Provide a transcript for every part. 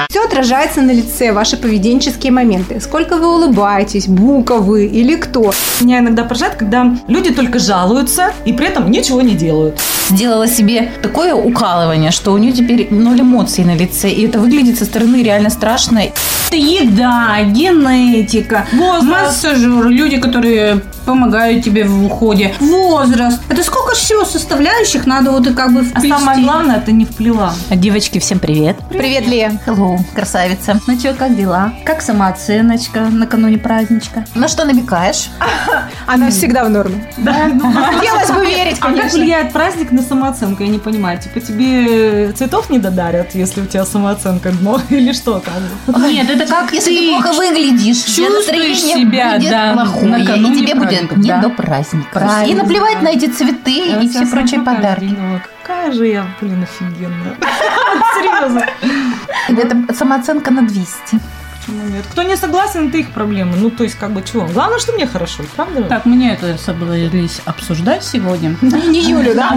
Все отражается на лице, ваши поведенческие моменты. Сколько вы улыбаетесь, бука вы или кто. Меня иногда поражает, когда люди только жалуются и при этом ничего не делают. Сделала себе такое укалывание, что у нее теперь ноль эмоций на лице. И это выглядит со стороны реально страшно. Это еда, генетика, массажер, люди, которые помогают тебе в уходе, возраст. Это сколько ж всего составляющих надо Ну, вот и как бы А вплести. самое главное, это не вплела. Девочки, всем привет. Привет, Лея. Hello, красавица. Ну что, как дела? Как самооценочка накануне праздничка? На что намекаешь? А Она всегда в норме. Да, ну, Хотелось бы верить, А как конечно. влияет праздник на самооценку? Я не понимаю. Типа тебе цветов не додарят, если у тебя самооценка дно или что там? Нет, это как Если ты ты плохо выглядишь, тебе чувствуешь настроение себя, будет да, плохое, и накануне тебе будет праздника, не да. до праздника. И Правильно. А наплевать на эти цветы Я ну, и вот все сейчас прочие смотрю, какая подарки. фигня. Какая же я, блин, офигенная. Серьезно. Это самооценка на 200. Почему Ну, нет? Кто не согласен, это их проблемы. Ну, то есть, как бы, чего? Главное, что мне хорошо, правда? Так, мы не это собрались обсуждать сегодня. Не Юлю, да?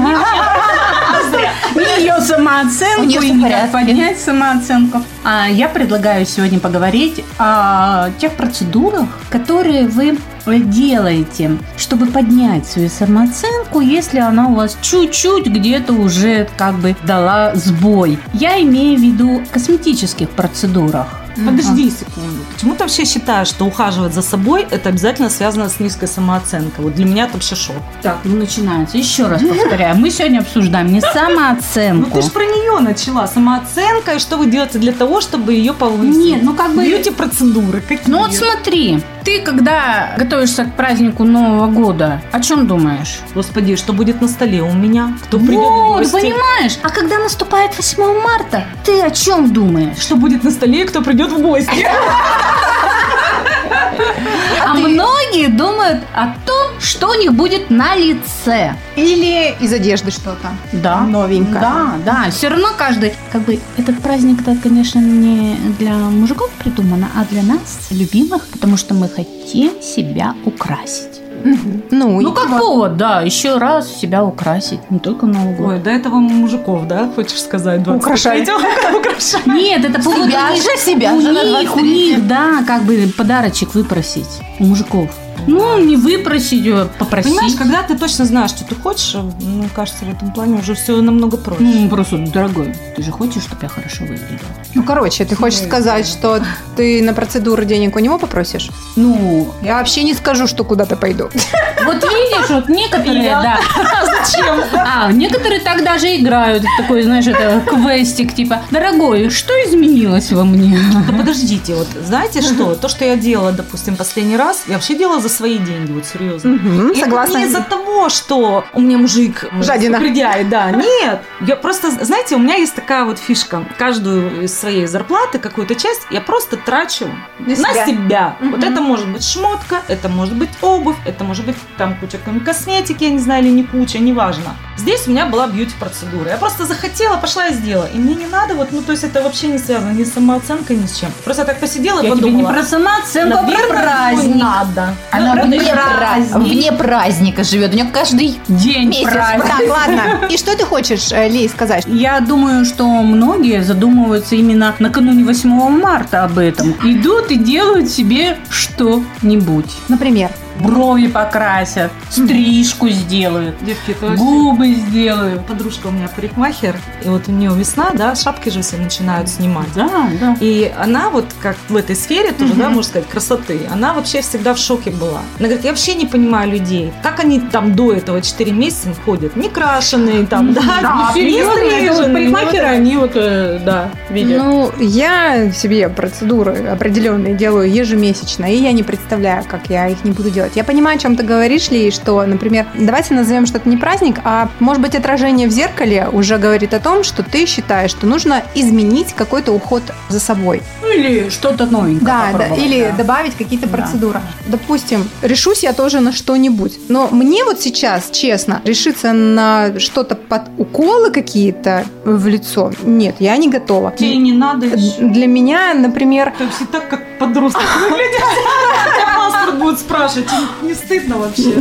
Ее самооценку У неё всё и в как порядке. поднять самооценку. А я предлагаю сегодня поговорить о тех процедурах, которые вы делаете, чтобы поднять свою самооценку, если она у вас чуть-чуть где-то уже как бы дала сбой. Я имею в виду косметических процедурах. Подожди секунду. Почему ты вообще считаешь, что ухаживать за собой это обязательно связано с низкой самооценкой? Вот для меня это вообще шок. Так, ну начинается. Еще раз повторяю, мы сегодня обсуждаем не Ну самооценку. ты же про нее начала. Самооценка и что вы делаете для того, чтобы ее повысить? Нет, ну как бы... Бьюти-процедуры какие? Ну вот смотри, ты когда готовишься к празднику Нового года, о чем думаешь? Господи, что будет на столе у меня? Кто придет в Вот, гости? понимаешь? А когда наступает 8 марта, ты о чем думаешь? Что будет на столе и кто придет в гости? А, многие думают о том, что у них будет на лице. Или из одежды что-то. Да. Новенькое. Да, да. Все равно каждый, как бы, этот праздник-то, конечно, не для мужиков придумано, а для нас, любимых, потому что мы хотим себя украсить. Ну, ну, как повод, да, еще раз себя украсить, не только Новый год. Ой, до этого мужиков, да, хочешь сказать? 23-го? Украшать. Нет, это повод Себя у них, же, себя у же на них, у 23. них, да, как бы подарочек выпросить у мужиков. Ну, не выпросить, а попросить. Понимаешь, когда ты точно знаешь, что ты хочешь, ну, кажется, в этом плане уже все намного проще. Ну, просто, дорогой, ты же хочешь, чтобы я хорошо выглядела? Ну, короче, ты хочешь сказать, что ты на процедуру денег у него попросишь? Ну, Я вообще не скажу, что куда-то пойду. вот видишь, вот некоторые, Я. да. Зачем? А, некоторые так даже играют в такой, знаешь, это квестик, типа, дорогой, что изменилось во мне? Да Ну, подождите, вот знаете что? То, что я делала, допустим, последний раз, я вообще делала за свои деньги, вот серьезно. Мгм, И Не ну, из-за Согласна. того, что у меня мужик м, Жадина. придяет, да. Нет. Я просто, знаете, у меня есть такая вот фишка. Каждую из своей зарплаты, какую-то часть, я просто трачу На на себя. себя. Мгм. Вот это может быть шмотка, это может быть обувь, это может быть там куча какой-нибудь косметики, я не знаю, или не куча, неважно. Здесь у меня была бьюти-процедура. Я просто захотела, пошла и сделала. И мне не надо, вот, ну, то есть это вообще не связано ни с самооценкой, ни с чем. Просто я так посидела и Я тебе подумала. не про самооценку, а про «Наверное, праздник. не надо. Она Наверное, вне, праздника. вне праздника живет. У нее каждый День Месяц праздник. Так, ладно. И что ты хочешь, э, Лей, сказать? Я думаю, что многие задумываются именно накануне 8 марта об этом. Идут и делают себе что-нибудь. Например, Брови покрасят, стрижку сделают, Девки, это вообще- губы сделают. Подружка у меня парикмахер, и вот у нее весна, да, шапки же все начинают снимать. Да, да. И она вот как в этой сфере тоже, Мгм. да, можно сказать, красоты, она вообще всегда в шоке была. Она говорит, я вообще не понимаю людей, как они там до этого 4 месяца ходят, не крашеные там, А, да, не стриженные, вот они вот, э, да, Ну, я себе процедуры определенные делаю ежемесячно, и я не представляю, как я их не буду делать. Я понимаю, о чем ты говоришь, Ли, что, например, давайте назовем что-то не праздник, а, может быть, отражение в зеркале уже говорит о том, что ты считаешь, что нужно изменить какой-то уход за собой. Ну, или что-то новенькое Да, да, попробовать, или да. добавить какие-то Да. процедуры. Допустим, решусь я тоже на что-нибудь. Но мне вот сейчас, честно, решиться на что-то под уколы какие-то в лицо, нет, я не готова. Тебе не надо еще. Для меня, например, Ты все так, как подросток выглядишь. Я просто будут спрашивать, им не стыдно вообще.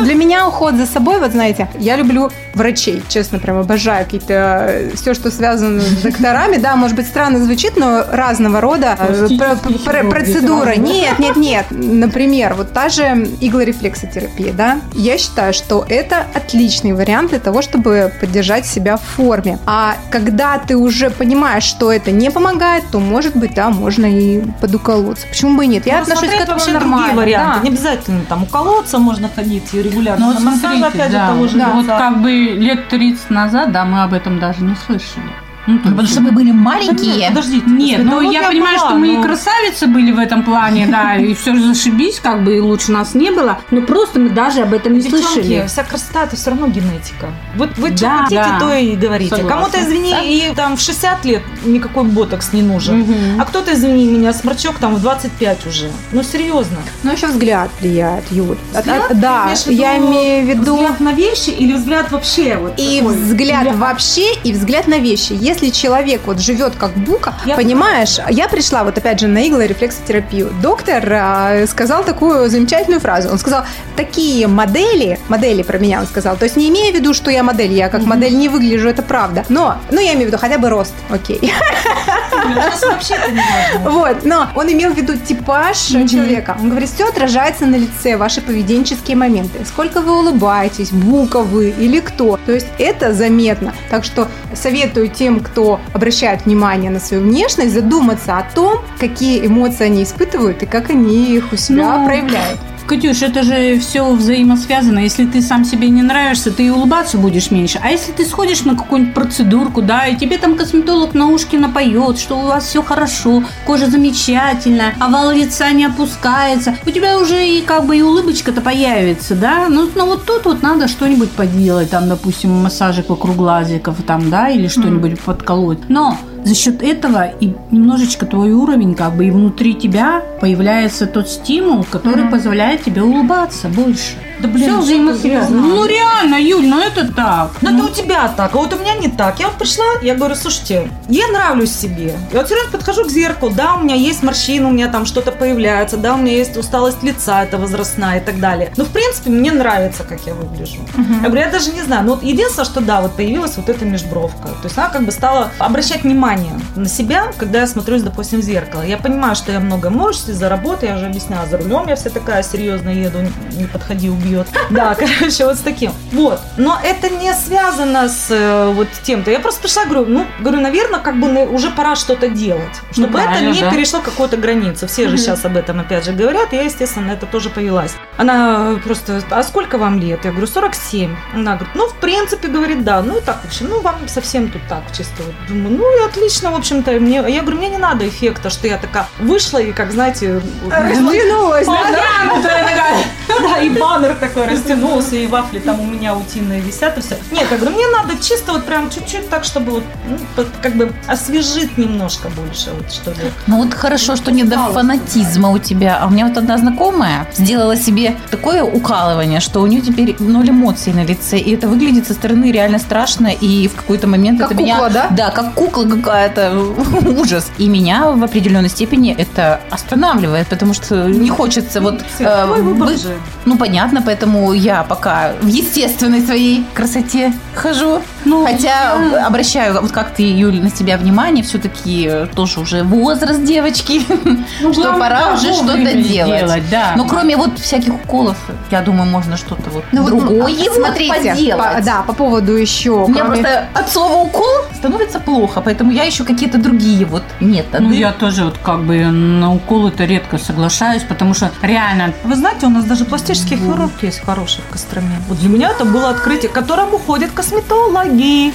Для меня уход за собой, вот знаете, я люблю врачей, честно, прям обожаю какие-то все, что связано с докторами. Да, может быть, странно звучит, но разного рода э, про- Пластические про- хирурги, процедуры. правда? Нет, нет, нет. Например, вот та же иглорефлексотерапия, да. Я считаю, что это отличный вариант для того, чтобы поддержать себя в форме. А когда ты уже понимаешь, что это не помогает, то, может быть, да, можно и подуколоться. Почему бы и нет? Я Надо отношусь к Ну, смотреть этому вообще нормально. другие да. варианты. Не обязательно там уколоться можно ходить регулярно. Ну, На вот массаж, смотрите, опять же, да, того же да. Вот лица. как бы лет 30 назад, да, мы об этом даже не слышали. Ну, то Потому есть- что мы были Да нет, маленькие. Подождите. Нет, господи, ну вот я, понимаю, была, что мы но- и красавицы были в этом плане, да, и все же зашибись, как бы и лучше нас не было, но просто мы даже об этом не Девчонки, Ну, слышали. вся красота это все равно генетика. Вот вы что Да, хотите, да. то и говорите. Согласна. Кому-то, извини, Да. и там в 60 лет никакой ботокс не нужен. Мгм. А кто-то, извини меня, сморчок там в 25 уже. Ну, серьезно. Ну, еще взгляд влияет, Юль. А- а- Взгляд? да, Ты имеешь в виду я имею в виду Взгляд на вещи или взгляд вообще? Вот и такой? взгляд вообще, и взгляд на вещи. Если человек вот живет как бука, Я понимаешь, я пришла вот опять же на иглорефлексотерапию. Доктор а, сказал такую замечательную фразу. Он сказал, такие модели, модели про меня он сказал, то есть не имея в виду, что я модель, я как модель не выгляжу, это правда. Но, ну я имею в виду хотя бы рост, окей. Сейчас вообще это не важно. Вот, но он имел в виду типаж э, человека. Он говорит, все отражается на лице, ваши поведенческие моменты. Сколько вы улыбаетесь, бука вы или кто. То есть это заметно. Так что советую тем, кто обращает внимание на свою внешность, задуматься о том, какие эмоции они испытывают и как они их у себя Ну, проявляют. Катюш, это же все взаимосвязано. Если ты сам себе не нравишься, ты и улыбаться будешь меньше. А если ты сходишь на какую-нибудь процедурку, да, и тебе там косметолог на ушки напоет, что у вас все хорошо, кожа замечательная, овал лица не опускается, у тебя уже и как бы и улыбочка-то появится, да? Ну, ну вот тут вот надо что-нибудь поделать, там, допустим, массажик вокруг глазиков, там, да, или что-нибудь подколоть. Но за счет этого и немножечко твой уровень, как бы и внутри тебя появляется тот стимул, который Мгм. позволяет тебе улыбаться больше. Да блин, Все что взаимосвязано. ты Ну реально, Юль, ну это так. Ну, Ну, это у тебя так, а вот у меня не так. Я вот пришла, я говорю, слушайте, я нравлюсь себе. Я вот серьезно подхожу к зеркалу, да, у меня есть морщины, у меня там что-то появляется, да, у меня есть усталость лица, это возрастная и так далее. Но, в принципе, мне нравится, как я выгляжу. Я говорю, я даже не знаю. Ну, вот единственное, что да, вот появилась вот эта межбровка. То есть она как бы стала обращать внимание на себя, когда я смотрюсь, допустим, в зеркало. Я понимаю, что я много морщусь из-за работы, я уже объясняла, за рулем я вся такая серьезно еду, не подходи, убьет. Да, короче, вот с таким. Вот. Но это не связано с э, вот тем-то. Я просто пришла, говорю, ну, говорю, наверное, как бы ну, уже пора что-то делать, чтобы это правильно, не да. перешло какую-то границу. Все же сейчас об этом опять же говорят, и я, естественно, на это тоже повелась. Она просто, а сколько вам лет? Я говорю, 47. Она говорит, ну, в принципе, говорит, да. Ну, и так, в общем, ну, вам совсем тут так, чисто. Вот. Думаю, ну, и отлично, в общем-то. Мне, я говорю, мне не надо эффекта, что я такая вышла и, как, знаете, Развернулась, да? Растянутая такая. Да, и баннер такой растянулся, и вафли там у меня утиные висят, и все. Нет, я говорю, мне надо чисто вот прям чуть-чуть так, чтобы вот, ну, под- как бы освежить немножко больше, вот, чтобы... Ну вот хорошо, что не до фанатизма у тебя. А у меня вот одна знакомая сделала себе такое укалывание, что у нее теперь ноль эмоций на лице. И это выглядит со стороны реально страшно. И в какой-то момент Как это меня... кукла, да? Да, как кукла какая-то. Ужас. И меня в определенной степени это останавливает, потому что не хочется вот... Всё, э, твой выбор вы- же. Ну, понятно, поэтому я пока в естественной своей красоте хожу. ну, Хотя обращаю, вот как ты, Юль, на себя внимание, все-таки тоже уже возраст девочки, ну, что главное, пора да, уже что-то вовремя делать. Ну, да. Но кроме вот всяких уколов, я думаю, можно что-то вот Ну, вот, ну, другое а, смотрите, поделать. по- да, по поводу еще, У меня кроме- просто от слова укол становится плохо, поэтому я ищу какие-то другие вот методы. Ну, я тоже вот как бы на укол это редко соглашаюсь, потому что реально Вы знаете, у нас даже пластический хирург есть хороший в Костроме. Вот для меня это было открытие, к которому ходят косметологи.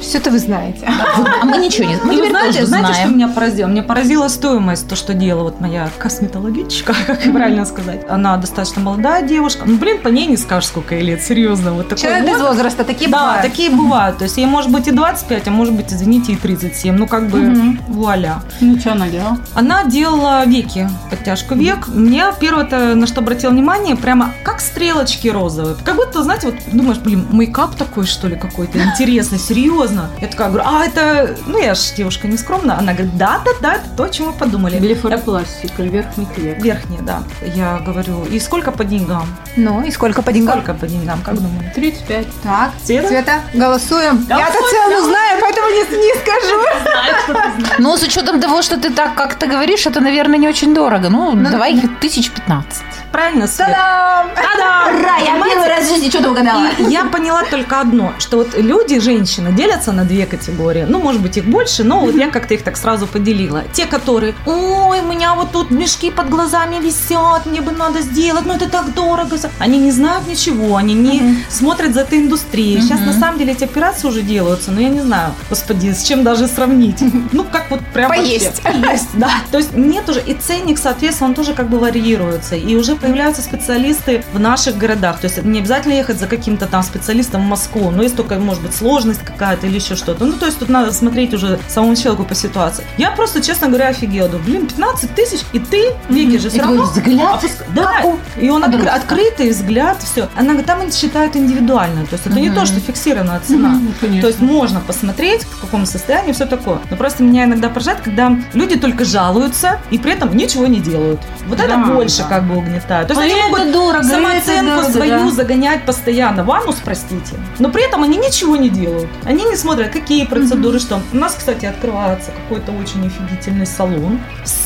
все это вы знаете. А мы ничего не мы И вы теперь Ну, знаете, тоже знаете, что знаем. меня поразило? Меня поразила стоимость, то, что делала вот моя косметологичка, как и правильно сказать. Она достаточно молодая девушка. Ну, блин, по ней не скажешь, сколько ей лет, серьезно. Вот такой Человек без возраст. возраста, такие да, бывают. такие бывают. То есть ей может быть и 25, а может быть, извините, и 37. Ну, как бы, Мгм. вуаля. ну что она делала? Она делала веки, подтяжку век. Мне первое-то, на что обратил внимание, прямо как стрелочки розовые. Как будто, знаете, вот думаешь, блин, мейкап такой, что ли, какой-то интересный, серьезный. серьезно? Я такая говорю, а это, ну я же девушка не скромная. Она говорит, да, да, да, это то, о чем мы подумали. Блефоропластика верхних век. Верхние, да. Я говорю, и сколько по деньгам? Ну, и сколько по деньгам? Сколько по деньгам, как думаете? 35. Так, Цвета? Цвета, голосуем. Да Я-то вот, цену знаю, поэтому не, не скажу. Но с учетом того, что ты так как-то говоришь, это, наверное, не очень дорого. Ну, Ну, давай тысяч пятнадцать. Правильно, Свет? Та-дам! Да-да! Ура, я Понимаете? первый раз в жизни что-то угадала. И я поняла только одно, что вот люди, женщины, делятся на две категории. Ну, может быть, их больше, но вот я как-то их так сразу поделила. Те, которые, ой, у меня вот тут мешки под глазами висят, мне бы надо сделать, но это так дорого. Они не знают ничего, они не смотрят за этой индустрией. Сейчас, Мгм. на самом деле, эти операции уже делаются, но я не знаю, господи, с чем даже сравнить. Ну, как вот прям вообще. Поесть. Есть, да. То есть нет уже, и ценник, соответственно, он тоже как бы варьируется. И уже появляются специалисты в наших городах. То есть не обязательно ехать за каким-то там специалистом в Москву. Но есть только, может быть, сложность какая-то или еще что-то. Ну, то есть тут надо смотреть уже самому человеку по ситуации. Я просто, честно говоря, офигела. Думаю, блин, 15 тысяч, и ты, Вики же все такой равно... взгляд. опуск- Да, и он откры- Подростка. открытый взгляд, все. Она говорит, там они считают индивидуально. То есть это не Мгм. то, что фиксированная цена. Мгм, Ну, конечно. То есть можно посмотреть, в каком состоянии все такое. Но просто меня иногда поражает, когда люди только жалуются и при этом ничего не делают. Вот это Да, больше да. как бы угнетает. То есть Ой, они это могут дорого, самооценку это дорого, свою да. загонять постоянно. Ванус, простите. Но при этом они ничего не делают. Они не смотрят, какие процедуры, что. У нас, кстати, открывается какой-то очень офигительный салон.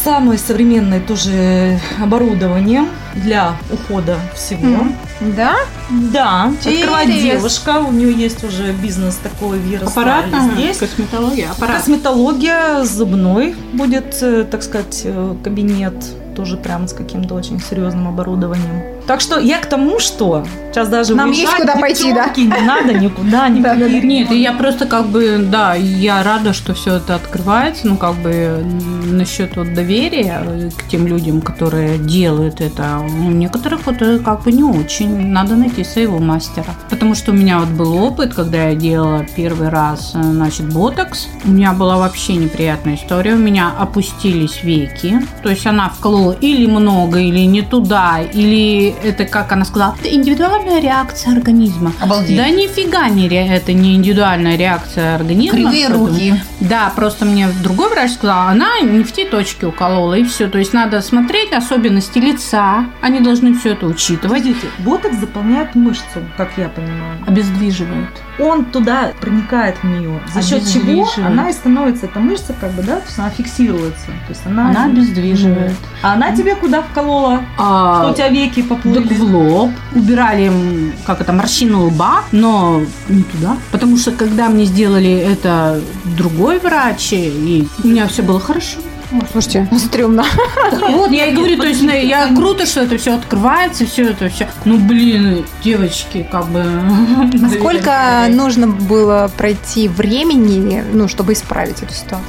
Самое современное тоже оборудование для ухода всего. Мгм. Да? Да, открывает Интересно. девушка, у нее есть уже бизнес такой в Аппарат, Ярославе ага, здесь. косметология, аппарат. Косметология зубной будет, э, так сказать, э, кабинет тоже прям с каким-то очень серьезным оборудованием. Так что я к тому, что сейчас даже Нам уезжать есть куда пойти, да? девчонки, Не надо никуда, Да, да, никакие да. Нет, и я просто как бы, да, я рада, что все это открывается, ну как бы м, насчет вот доверия э, к тем людям, которые делают это. У некоторых вот э, как бы не очень, надо найти своего мастера. Потому что у меня вот был опыт, когда я делала первый раз, э, значит, ботокс, у меня была вообще неприятная история, у меня опустились веки, то есть она вколола или много, или не туда, или это, как она сказала, это индивидуальная реакция организма. Обалдеть. Да нифига не ре- это не индивидуальная реакция организма. Кривые Поэтому- руки. Да, просто мне другой врач сказал, она не в те точки уколола, и все. То есть надо смотреть особенности лица. Они должны все это учитывать. Подождите, ботокс заполняет мышцу, как я понимаю. Обездвиживают. Он туда проникает в нее, А за счет чего Обездвиживает. она и становится, эта мышца как бы, да, то есть она фиксируется. То есть она, Она обездвиживает. А она тебе куда вколола? А, Что у тебя веки поплыли? так в лоб. Убирали, м, как это, морщину лба, но не туда. Потому что, когда мне сделали это другой врач, и у меня все было хорошо. Слушайте, стрёмно. Вот, я и говорю, то есть, ну, я круто, что это все открывается, все это все. Ну, блин, девочки, как бы... А Сколько нужно было пройти времени, ну, чтобы исправить эту ситуацию?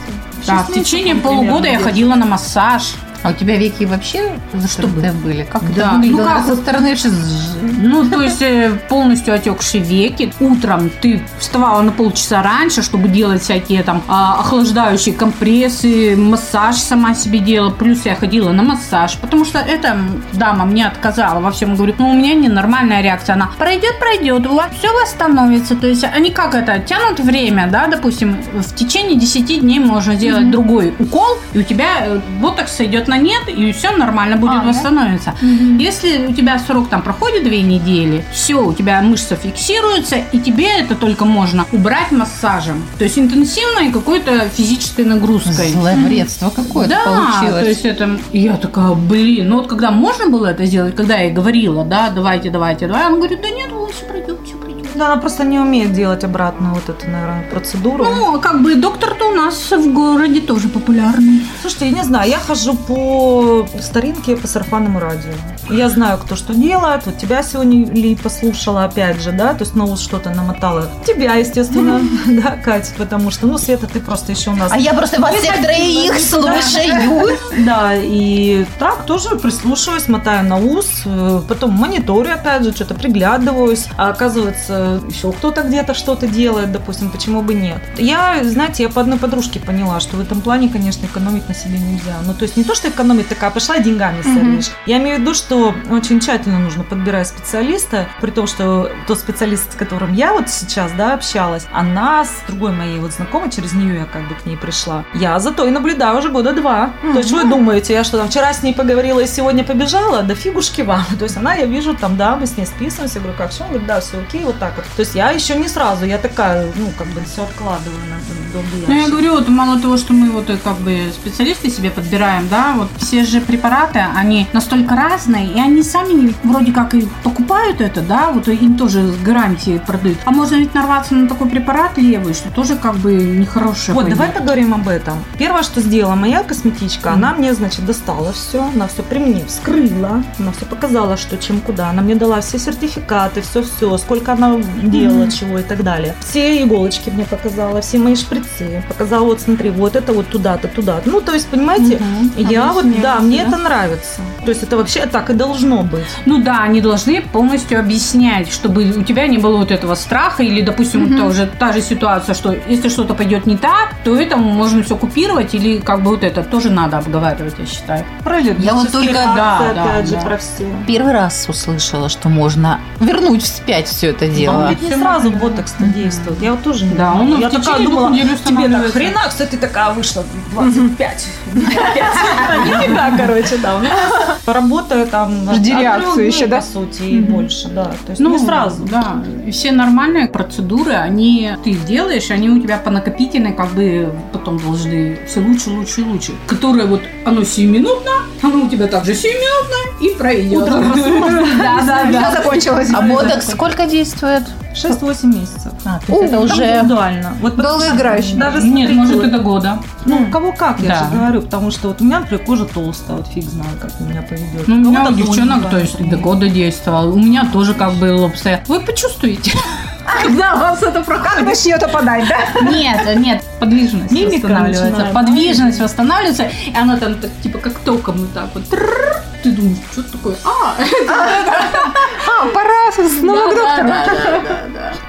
Да, в течение полугода я ходила на массаж. А у тебя веки вообще зашитые были? Как Да. это выглядело? Ну, как со вот- стороны ж- Ну, то есть, э, полностью отекшие веки. Утром ты вставала на полчаса раньше, чтобы делать всякие там а, охлаждающие компрессы, массаж сама себе делала. Плюс я ходила на массаж, потому что эта дама мне отказала во всем. Говорит, ну, у меня ненормальная реакция. Она пройдет, пройдет, у вас все восстановится. То есть, они как это, тянут время, да, допустим, в течение 10 дней можно сделать другой укол, и у тебя э, ботокс сойдет на нет, и все нормально будет А, да? восстановиться. Если у тебя срок там проходит две недели, все, у тебя мышца фиксируется, и тебе это только можно убрать массажем. То есть интенсивной какой-то физической нагрузкой. Зловредство какое-то да, получилось. то есть это... Я такая, блин, ну вот когда можно было это сделать, когда я ей говорила, да, давайте, давайте, давай, он говорит, да нет, все пройдет, все пройдет. Да, она просто не умеет делать обратно вот эту, наверное, процедуру. Ну, как бы доктор-то у нас в городе тоже популярный. Слушайте, я не знаю, я хожу по старинке, по сарафанному радио. Я знаю, кто что делает. Вот тебя сегодня Ли послушала, опять же, да, то есть на ус что-то намотала. Тебя, естественно, да, Катя, потому что, ну, Света, ты просто еще у нас... А я просто вас Вы всех ходила троих никуда. слушаю. Да, и так тоже прислушиваюсь, мотаю на ус, э, потом мониторю, опять же, что-то приглядываюсь. А оказывается, еще кто-то где-то что-то делает, допустим, почему бы нет. Я, знаете, я по одной подруге подружки поняла, что в этом плане, конечно, экономить на себе нельзя. Ну, то есть не то, что экономить такая, пошла деньгами сорвешь. Я имею в виду, что очень тщательно нужно подбирать специалиста, при том, что тот специалист, с которым я вот сейчас, да, общалась, она с другой моей вот знакомой, через нее я как бы к ней пришла. Я зато и наблюдаю уже года два. То есть вы думаете, я что там вчера с ней поговорила и сегодня побежала? Да фигушки вам. То есть она, я вижу там, да, мы с ней списываемся, говорю, как все? Он говорит, да, все окей, вот так вот. То есть я еще не сразу, я такая, ну, как бы все откладываю на долгий Ну, я ящик. говорю, вот мало того, что мы вот э, как бы специалисты себе подбираем, да, вот все же препараты, они настолько разные, и они сами не- вроде как и покупают это, да, вот и им тоже с гарантией продают. А можно ведь нарваться на такой препарат левый, что тоже как бы нехорошее. Вот, пойдет. давай поговорим об этом. Первое, что сделала моя косметичка, она мне, значит, достала все, она все при мне вскрыла, она все показала, что чем куда. Она мне дала все сертификаты, все-все, сколько она делала, чего и так далее. Все иголочки мне показала, все мои шприцы. Показала, вот смотри, вот это вот туда-то, туда-то. Ну, то есть, понимаете, Мгм. я вот, Объясняется, да, мне да. это нравится. То есть, это вообще так и должно быть. Ну да, они должны полностью объяснять, чтобы у тебя не было вот этого страха или, допустим, Мгм. та, уже, та же ситуация, что если что-то пойдет не так, то это можно все купировать или как бы вот это тоже надо обговаривать, я считаю. Про Я вот только- аллергические да, реакции, да, опять же, да. про все. Первый раз услышала, что можно вернуть вспять все это А Он дело. ведь не сразу ботокс то действует. Я вот тоже не Да, знала. он в Я течение такая двух думала, недель тебе на устанавливается. хрена, что ты такая вышла в 25. Нифига, короче, да. у меня Работаю там... Жди от реакцию трех еще, дней, да? По сути, и Мгм. больше, да. То есть не сразу. Ну, Да. И все нормальные процедуры, они ты их делаешь, они у тебя по накопительной как бы потом должны все лучше, лучше и лучше. Которое вот оно сиюминутно, оно у тебя также сиюминутно и пройдет. Да, да, Все закончилось. А ботокс сколько действует? 6-8 месяцев. А, то есть это У, Там уже... индивидуально. Вот Долгоиграющий. Даже Нет, смотрите, может вот, это года. Ну, у кого как, я Да. же говорю, потому что вот у меня, например, кожа толстая, вот фиг знаю, как у меня поведет. Ну, у меня Кого-то у девчонок, тоненькая, то есть до например. года действовал. У меня тоже как бы лобсте. Вы почувствуете? Когда вас это Как начнет опадать, да? Нет, нет, подвижность э, Мимика восстанавливается. начинает. Подвижность восстанавливается, и она там так, типа как током вот так вот. трррр. Ты думаешь, что это такое? А, А, пора снова к доктору.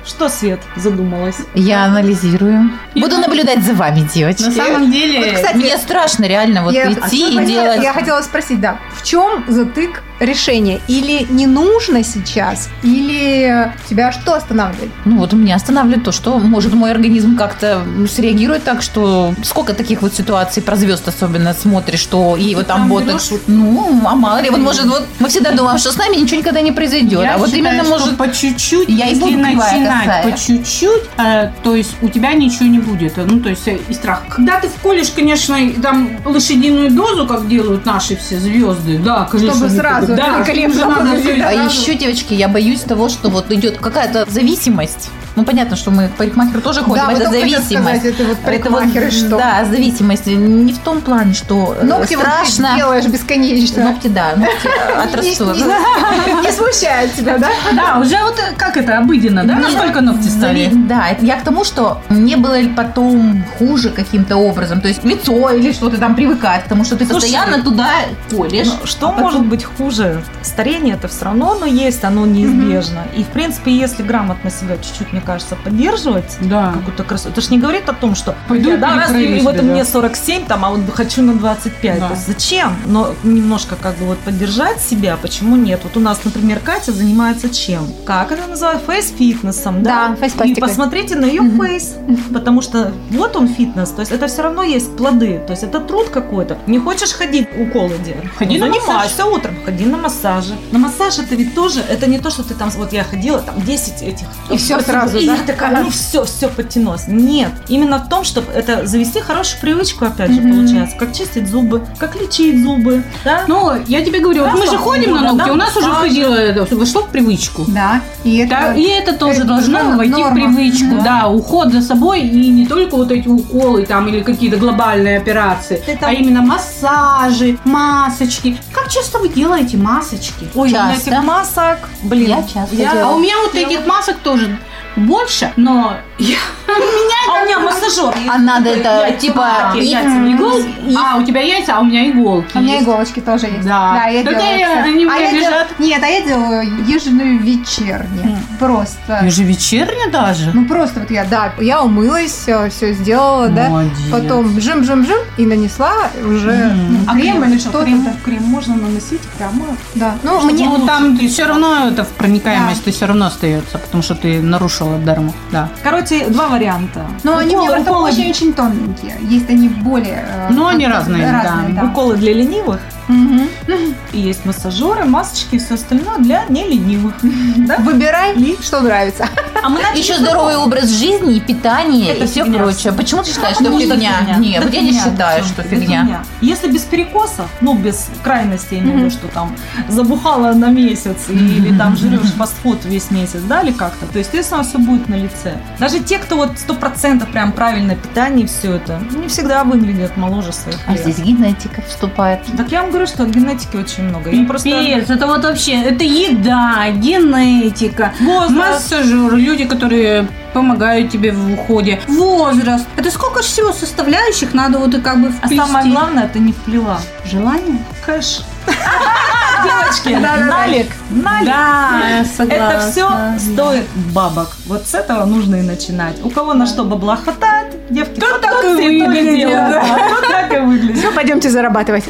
Что, Свет, задумалась? Я анализирую. Буду наблюдать за вами, девочки. на самом деле... Вот, кстати, Мне страшно реально вот Я- идти Понятно, и делать... Я хотела спросить, да, в чем затык решения? Или не нужно сейчас, или тебя что останавливает? Ну вот меня останавливает то, что может мой организм как-то среагирует так, что сколько таких вот ситуаций про звезд особенно смотришь, что и вот там прям ботокс. Ну, а мало ли, вот может, вот мы всегда думаем, что с нами ничего никогда не произойдет. Я а вот считаю, именно что может. по чуть-чуть, Я и если буду кривая начинать косая. по чуть-чуть, э, то есть у тебя ничего не будет. Ну, то есть э, и страх. Когда ты вколешь, конечно, и там лошадиную дозу, как делают наши все звезды, да, конечно. Чтобы они сразу такие, Да, приколем чтобы сразу же, надо всё да. А сразу. еще, девочки, я боюсь того, что вот идет какая-то зависимость. Ну, понятно, что мы к парикмахеру тоже ходим, вот это только хотела зависимость. сказать, это вот Это вот, парикмахеры, что? Да, зависимость. Не в том плане, что э, Ногти вот ты страшно. делаешь бесконечно. Ногти, да, ногти э, отрастут. Не смущает тебя, да? Да, уже вот э, как это обыденно, да? Не- Насколько ногти стали? Блин, Да, это я к тому, что мне было ли потом хуже каким-то образом, то есть лицо или что-то там привыкает, потому что ты Слушай, постоянно туда колешь. Ну, что может быть хуже? Старение это все равно, но есть, оно неизбежно. И в принципе, если грамотно себя чуть-чуть, мне кажется, поддерживать Да. какую-то красоту. Это ж не говорит о том, что Пойду я, и да, раз перекрою и вот себе, да. мне 47, там, а вот хочу на 25. Да. То есть зачем? Но немножко как бы вот поддержать себя, почему нет? Вот у нас, например, Катя занимается чем? Как это называется? Фейс-фитнессом, да? Да, И фейс-пластикой. посмотрите на ее Мгм. фейс, потому что вот он фитнес, то есть это все равно есть плоды, то есть это труд какой-то. Не хочешь ходить уколы делать? Ходи ну, на занимайся утром, ходи на массаже. На массаж это ведь тоже, это не то, что ты там, вот я ходила, там 10 этих. И всё процедур, сразу, и да? я такая, ну все, все подтянулось. Нет, именно в том, чтобы это завести хорошую привычку, опять же, Мгм. получается, как чистить зубы, как лечить зубы, да? Ну, я тебе говорю, вот Раз мы же в ходим полгода, на ногти, да, у нас уже массаж. входило, это, вошло в привычку. Да, и Да, это... и это тоже это должно норма, войти в норма. привычку, да. уход за собой и не только вот эти уколы там или какие-то глобальные операции, Ты там- а именно массажи, масочки. Как часто вы делаете масочки? Ой, у меня часто. этих масок, блин. Я часто Я- делаю. а у меня вот этих масок тоже больше, но я- А у меня массажер. А надо это, Яйца типа, маки, и- яйца м, на иголке. А. и- А, у тебя яйца, а у меня иголки. У меня есть. иголочки тоже есть. Да. я Так делаю я- всё. они у А меня я делаю- лежат. Нет, а я делаю еженую вечерне. Просто. Ежевечерне даже? Ну просто вот я, да, я умылась, все сделала, Ну, да. Молодец. Потом жим-жим-жим и нанесла уже Мгм. А ну, крем или что-то. там. крем можно наносить прямо. Да. Ну, мне Ну, там все равно это в проникаемость все равно остается, потому что ты нарушила дарму. Да. Короче, два варианта. Но они у меня Уколы- просто уколы- очень-очень тоненькие. Есть они более... э, Ну, они как-то разные, да. Уколы для ленивых. Мгм. И есть массажеры, масочки и все остальное для неленивых. Да? Выбирай, И? что нравится. А мы начали Еще с того, здоровый образ жизни, и питание, Это и все фигня. прочее. Почему ты считаешь, что Ну, фигня? Нет, Да вот я не фигня, считаю, в что чём-то, да фигня. Если без перекосов, ну, без крайностей, я имею в виду, Мгм. что там забухала на месяц или там жрешь фастфуд весь месяц, да, или как-то, то, естественно, все будет на лице. Даже те, кто вот сто процентов прям правильное питание и все это, не всегда выглядят моложе своих А лет. здесь генетика вступает. Так я вам говорю, что генетики очень много. Я Ну, просто... Пипец, это вот вообще, это еда, генетика, Возраст. Массажер, люди, которые помогают тебе в уходе. возраст. Это сколько ж всего составляющих надо вот и как бы А вплести. самое главное, это не вплела. желание. Кэш. Девочки, налик, налик. Да, Это все согласна. стоит бабок. Вот с этого нужно и начинать. У кого на что бабла хватает, девки, то так и выглядит, да. То так и выглядит. Все, пойдемте зарабатывать.